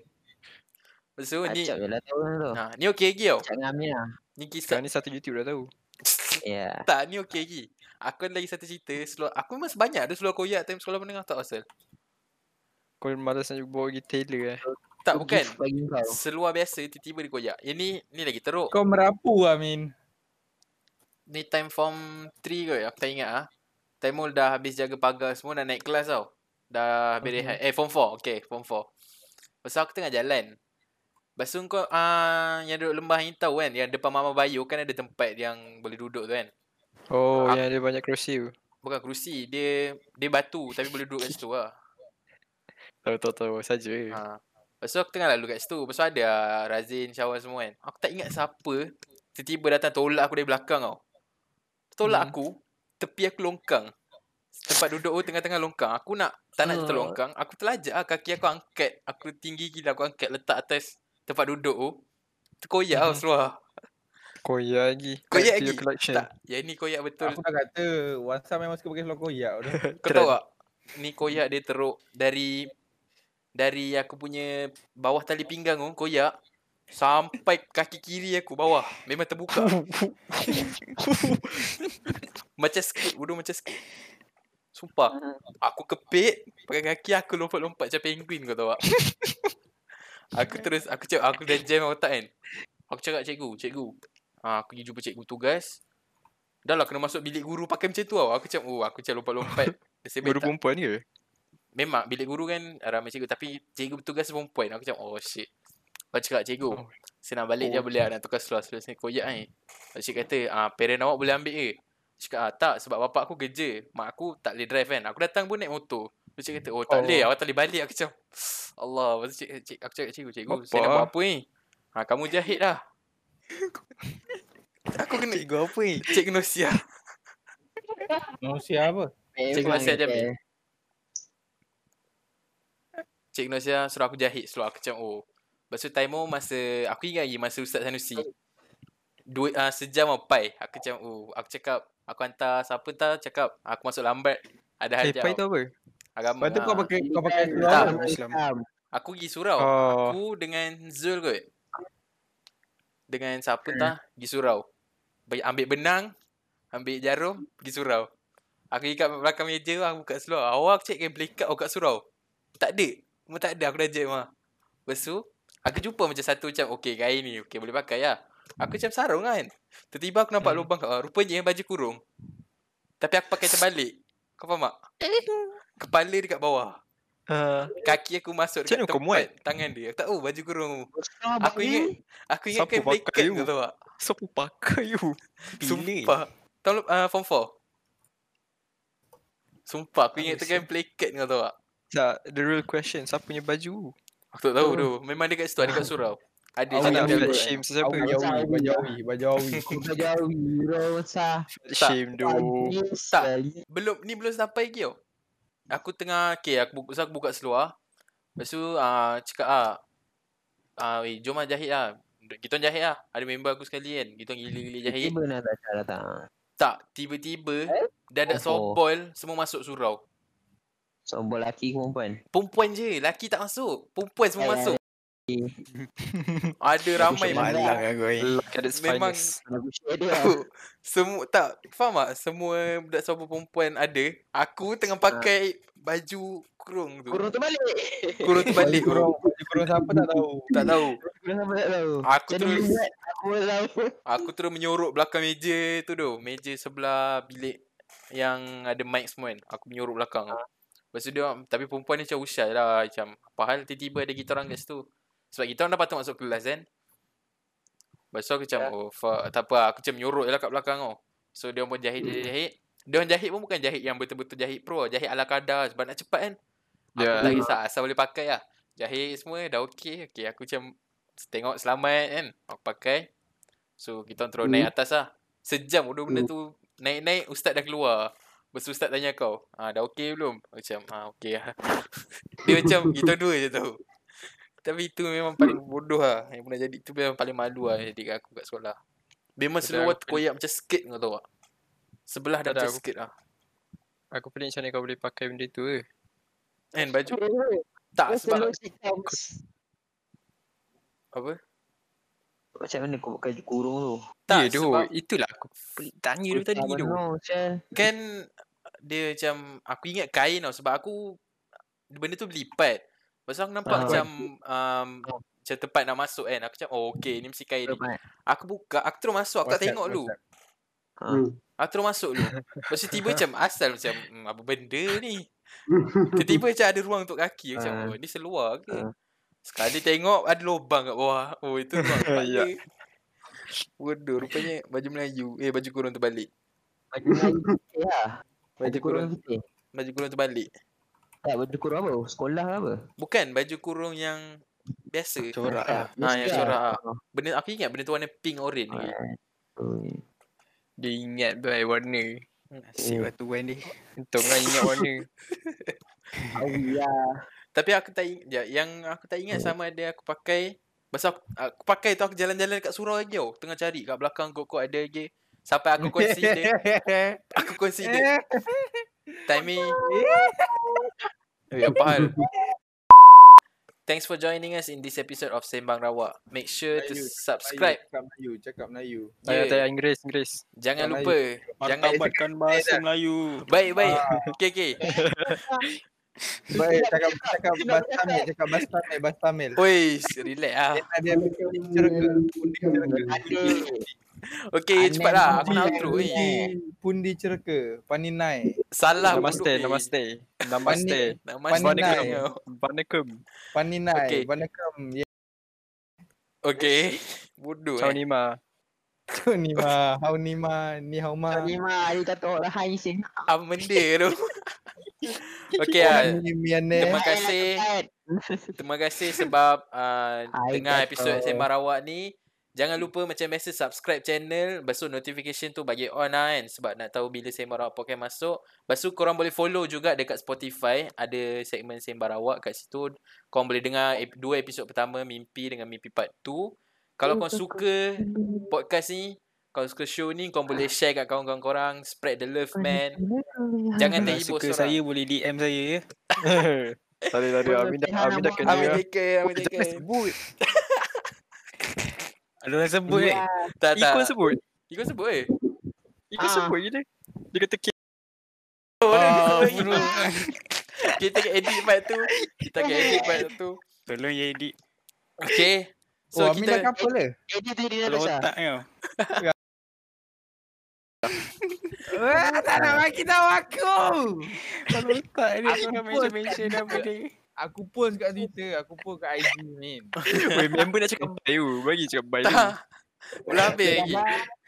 Lepas tu ni
acap je lah tahu kan tu.
ha, Ni okey lagi tau
Acap dengan Amin lah.
Ni kisah
Sekarang ni satu YouTube dah tahu.
Ya.
Tak ni okey lagi Aku ada lagi satu cerita seluar, Aku memang sebanyak ada seluar koyak Time sekolah menengah tak asal
Kau malas nak bawa pergi tailor eh.
Tak bukan
Gift bagi kau.
Seluar biasa tiba-tiba dia koyak Yang ni Ni lagi teruk
Kau merapu Amin
Ni time form 3 kot Aku tak ingat ah. Time all dah habis jaga pagar semua Dah naik kelas tau Dah habis rehat Eh form 4 Okay form 4 Pasal aku tengah jalan Lepas tu kau uh, Yang duduk lembah ni tahu kan Yang depan Mama Bayu kan ada tempat Yang boleh duduk tu kan
Oh,
Aku-
yang ada banyak kerusi tu.
Bukan kerusi Dia Dia batu Tapi boleh duduk kat situ lah
Tahu tahu tahu saja.
ha. Lepas tu aku tengah lalu kat situ Lepas tu ada ah, Razin Syawal semua kan Aku tak ingat siapa Tiba-tiba datang tolak aku dari belakang tau Tolak
Hmm.
aku Tepi aku longkang Tempat duduk tu tengah-tengah longkang Aku nak Tak nak
Hmm.
terlongkang Aku terlajak lah Kaki aku angkat Aku tinggi gila Aku angkat letak atas Tempat duduk tu Terkoyak tau seluar
Koyak lagi.
Koyak
Add Hmm. to your
lagi.
collection.
Tak Yang ni koyak betul
Aku dah kata Wan Sah memang suka pakai seluar koyak tu.
Kau tahu tak? Ni koyak dia teruk dari dari aku punya bawah tali pinggang tu koyak sampai kaki kiri aku bawah memang terbuka. macam skate, bodoh macam skate. Sumpah. Aku kepit, pakai kaki aku lompat-lompat macam penguin kau tahu tak? aku terus aku cakap aku dah jam otak kan. Aku cakap cikgu, cikgu. Ha, aku pergi jumpa cikgu tugas. Dah lah kena masuk bilik guru pakai macam tu tau. Aku macam, oh aku macam lompat-lompat. Nasib baik
Baru
tak-
perempuan ke?
Memang bilik guru kan ramai cikgu Tapi cikgu bertugas perempuan Aku macam oh shit Kau cakap cikgu
Oh.
Saya nak balik dia boleh lah, nak tukar seluar Seluar sini koyak ni Pakcik kata ah, parent awak boleh ambil ke Aku Cakap ah, tak sebab bapak aku kerja Mak aku tak boleh drive kan Aku datang pun naik motor Pakcik kata oh tak
Oh.
boleh awak tak boleh balik Aku macam Allah Lepas tu cik, cik, aku cakap cikgu cikgu Saya nak
Bapak.
buat apa ni ha, Kamu jahit lah Aku kena
Cikgu apa ni?
Cik Nosia
Manusia apa?
Cikgu
Memang
Masih
kita-
Jamil. Cik Nosia suruh aku jahit seluar aku macam oh. Lepas tu time tu masa aku ingat lagi masa Ustaz Sanusi. Dua uh, sejam sampai aku macam oh aku cakap aku hantar siapa entah cakap aku masuk lambat ada
Eh,
hajat.
pai
tau.
tu apa?
Agama.
Lepas tu kau
ha.
pakai kau pakai
Kan,
seluar
Tak.
apa?
Islam,
Islam.
Islam.
Aku pergi surau.
Oh.
Aku dengan Zul kot. Dengan siapa entah pergi surau. Ba- Ambil benang, ambil jarum, pergi surau. Aku ikat belakang meja aku buka seluar. Awak cek kan beli kat kat surau. Tak ada. Semua tak ada aku dah jam ah. Lepas tu aku jumpa macam satu macam okey kain ni okey boleh pakai lah. Aku macam sarung kan. Tiba-tiba aku nampak lubang kat bawah. Rupanya baju kurung. Tapi aku pakai terbalik. Kau faham tak? Kepala dekat bawah.
Uh,
Kaki aku masuk
Macam
dekat
mana kau muat?
tangan dia. Aku tak tahu baju kurung. Aku
Aku
ingat aku ingat
Sapu
kan
pakai
blanket
you.
tu tahu tak?
Siapa pakai you?
Sumpah. Tahun lep- ah, form 4. Sumpah aku ingat tu kan blanket kau tahu tak?
Tak, the real question. Siapa punya baju?
Aku tak tahu tu.
Oh.
Memang dekat situ,
Ah.
dekat surau. Ada
Tak
Awi,
nak
cerita
awi,
flat
aku.
shame sesiapa.
Bajawi,
Awi.
Bajawi, Bajawi.
Jauh Rosa
Flat shame tu.
Tak. Belum ni belum sampai lagi tau. Aku tengah okay, aku buka so aku buka seluar. Lepas tu ah cakap ah ah weh, jom ah jahit ah. Kita orang jahit ah. Ada member aku sekali kan. Kita orang gila-gila jahit.
Tiba nak tak tak datang
Tak, tiba-tiba dah ada
Oh.
sobol semua masuk surau.
Sombol lelaki ke perempuan
Perempuan je, laki tak masuk. Perempuan semua
Eh,
masuk.
eh.
Ada ramai
Malang
memang.
aku ni.
At its
Memang
finest.
Aku share dia lah.
Aku Semua tak Faham tak Semua budak sobor perempuan ada Aku tengah pakai Baju kurung tu
Ah. Kurung terbalik
Kurung terbalik bro
Kurung, kurung siapa tak tahu.
Tak tahu
Kurung sama tak tahu
Aku
Macam mana
terus-
buat? Aku pun tak tahu
Aku terus menyorok belakang meja tu tu Meja sebelah bilik Yang ada mic semua kan Aku menyorok belakang tu Lepas tu dia orang- Tapi perempuan ni macam usah lah Macam Apa hal tiba-tiba ada kita orang kat situ Sebab kita orang dah patut masuk kelas kan Lepas tu aku macam Oh fuck Tak apa lah. Aku macam menyorok je lah kat belakang tau So dia orang pun jahit jahit jahit Dia orang jahit pun bukan jahit yang betul-betul jahit pro Jahit ala kadar sebab nak cepat kan Aku
Ya.
tak kisah asal boleh pakai lah Jahit semua dah okey Okay aku macam Tengok selamat kan Aku pakai So kita orang terus naik atas lah Sejam bodoh benda tu Naik-naik ustaz dah keluar Lepas tu ustaz tanya kau ah, Dah okey belum? Aku Macam ah, okey lah Dia macam kita dua je tau Tapi itu memang paling bodoh lah Yang pernah jadi tu memang paling malu lah Jadi kat aku kat sekolah Memang
Padahal
seluar
aku
terkoyak macam skate kau tahu tak Sebelah dah
Tak ada,
macam
aku-
skate lah
Aku pelik macam mana kau boleh pakai benda tu eh. ke.
Kan baju Tak sebab
lah.
Apa?
Macam mana kau pakai kurung tu
Tak
ya, doh,
sebab
Itulah aku pelik tanya tu tadi
Tak
tu.
benar, Syal.
kan dia macam aku ingat kain tau sebab aku benda tu berlipat. Lepas tu aku nampak
Ah.
macam um, macam tempat nak masuk kan. Aku macam oh okey ni mesti kain ni.
Lepas-
Aku buka, aku terus masuk, aku tak
WhatsApp,
tengok dulu. Ah.
WhatsApp.
Hmm.
Aku terus masuk dulu. Lepas tu tiba macam asal macam hmm, apa benda ni. Tiba-tiba macam ada ruang untuk kaki macam
Ah.
oh ni seluar ke.
Ah.
Sekali tengok ada lubang kat bawah. Oh itu ruang
Ya.
kepala. Waduh rupanya baju Melayu. Eh baju kurung terbalik.
Baju kurung putih lah
Baju
Baju kurung putih
Baju kurung terbalik.
Tak baju kurung apa Sekolah ke
Ah,
apa
Bukan baju kurung yang biasa.
Corak lah.
Ah, yang
Biasa
corak
lah.
ah. Benda aku ingat benda tu warna pink orange lagi.
Oi.
Dia ingat by warna.
Asyik
eh,
waktu wan ni.
Untung kan ingat warna.
Awi lah
Tapi aku tak ingat ya, yang aku tak ingat sama ada aku pakai masa aku, aku pakai tu aku jalan-jalan dekat surau lagi tau. Tengah cari kat belakang kok-kok ada lagi. Sampai aku consider aku consider timing. Eh, apa hal? Thanks for joining us in this episode of Sembang Rawa. Make sure to
Melayu,
subscribe.
Melayu, Cakap Melayu, cakap Melayu.
Tanya
Yeah.
tanya Inggeris, Inggeris.
Jangan
Melayu.
lupa. Jangan
Martabatkan bahasa Melayu.
baik baik. Okey okey.
Baik, cakap cakap Bastamil, cakap Bastamil, Bastamil.
Oi, relax ah.
Dia ada kuning cerga, pundi cerga.
Okey,
Aneh
cepatlah. Aku nak
pundi.
outro. Eh.
Pundi cerga, paninai,
Salah
Namaste,
bodoh, eh.
namaste. Namaste.
Namaste.
Pandai.
Vanakkam.
Okey.
paninai, wanakam, ya
Okey. Bodoh.
Ciao
eh.
Nima.
tu ni ma, hau ni ma, ni hau ma,
Ni mah Ayu tak tahu lah Hai sih
Apa Ah, benda tu? Okey ah.
ni miane.
Terima
Eh,
kasih. Terima kasih sebab uh,
Hai,
tengah
Kak.
episod Sembang Rawak ni. Jangan lupa macam biasa subscribe channel. Lepas tu notification tu bagi on lah kan. Sebab nak tahu bila Sembang Rawak Podcast masuk. Lepas tu korang boleh follow juga dekat Spotify. Ada segmen Sembang Rawak kat situ. Korang boleh dengar ep- dua episod pertama Mimpi dengan Mimpi Part 2. Kalau korang suka podcast ni. Korang suka show ni. Korang
Ah.
boleh share kat kawan-kawan korang. Spread the love man. Jangan lah.
Kalau
terhibur
suka
seorang.
saya boleh DM saya ya.
Tak ada, tak ada. Amin dah, Amin dah kena.
Amin dekat, amin
Jangan
dekat.
sebut. Ada orang sebut eh.
Tak, tak.
Ikon sebut.
Ikon sebut eh.
Ikon
Ah.
sebut gila. Dia kata K.
Oh, kita akan edit part tu. Kita akan edit part tu.
Tolong ya edit.
Okay. So
So oh, Amin dah
kita
couple lah.
Eh dia tu dia dah
Kalau
besar.
otak kau.
Wah, tak nak bagi tahu aku.
Kalau otak dia
Aku
kau
pun
mention-mention nama dia.
Aku post kat Twitter, aku post kat IG ni.
Weh, member nak cakap bye you. Bagi cakap bye you.
Tak. Belum habis lagi.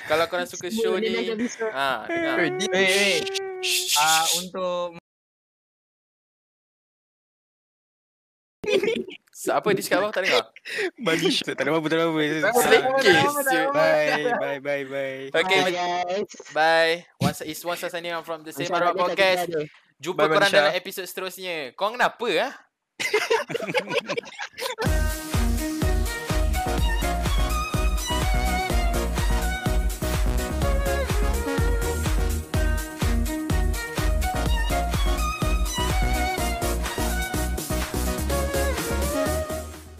Kalau korang suka show
Dia dah
ni,
besar.
ha, dengar.
Weh, ni-
Wait, wait. Ah, untuk
So, apa dia cakap apa tak dengar?
Balik Tak ada apa-apa, tak ada apa.
Selekeh, siut.
Bye, bye, bye, bye.
Okay,
Bye guys.
bye. Once is once is signing out from the same
Macam
Arab
mana tak
podcast.
dengar tu?
Jumpa
Bye,
korang
Manisha.
dalam episod seterusnya. Kau kenapa ah?